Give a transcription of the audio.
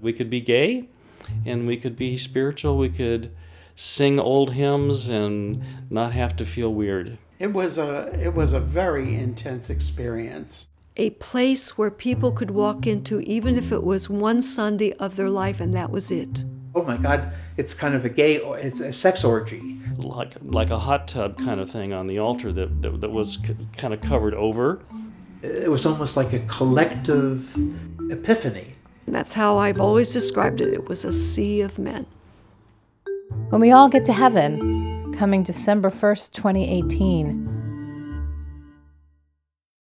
we could be gay and we could be spiritual. We could sing old hymns and not have to feel weird. It was a it was a very intense experience. a place where people could walk into, even if it was one Sunday of their life and that was it. Oh my God, it's kind of a gay, it's a sex orgy. Like like a hot tub kind of thing on the altar that that, that was c- kind of covered over. It was almost like a collective epiphany. And that's how I've always described it. It was a sea of men. When we all get to heaven, coming December 1st, 2018,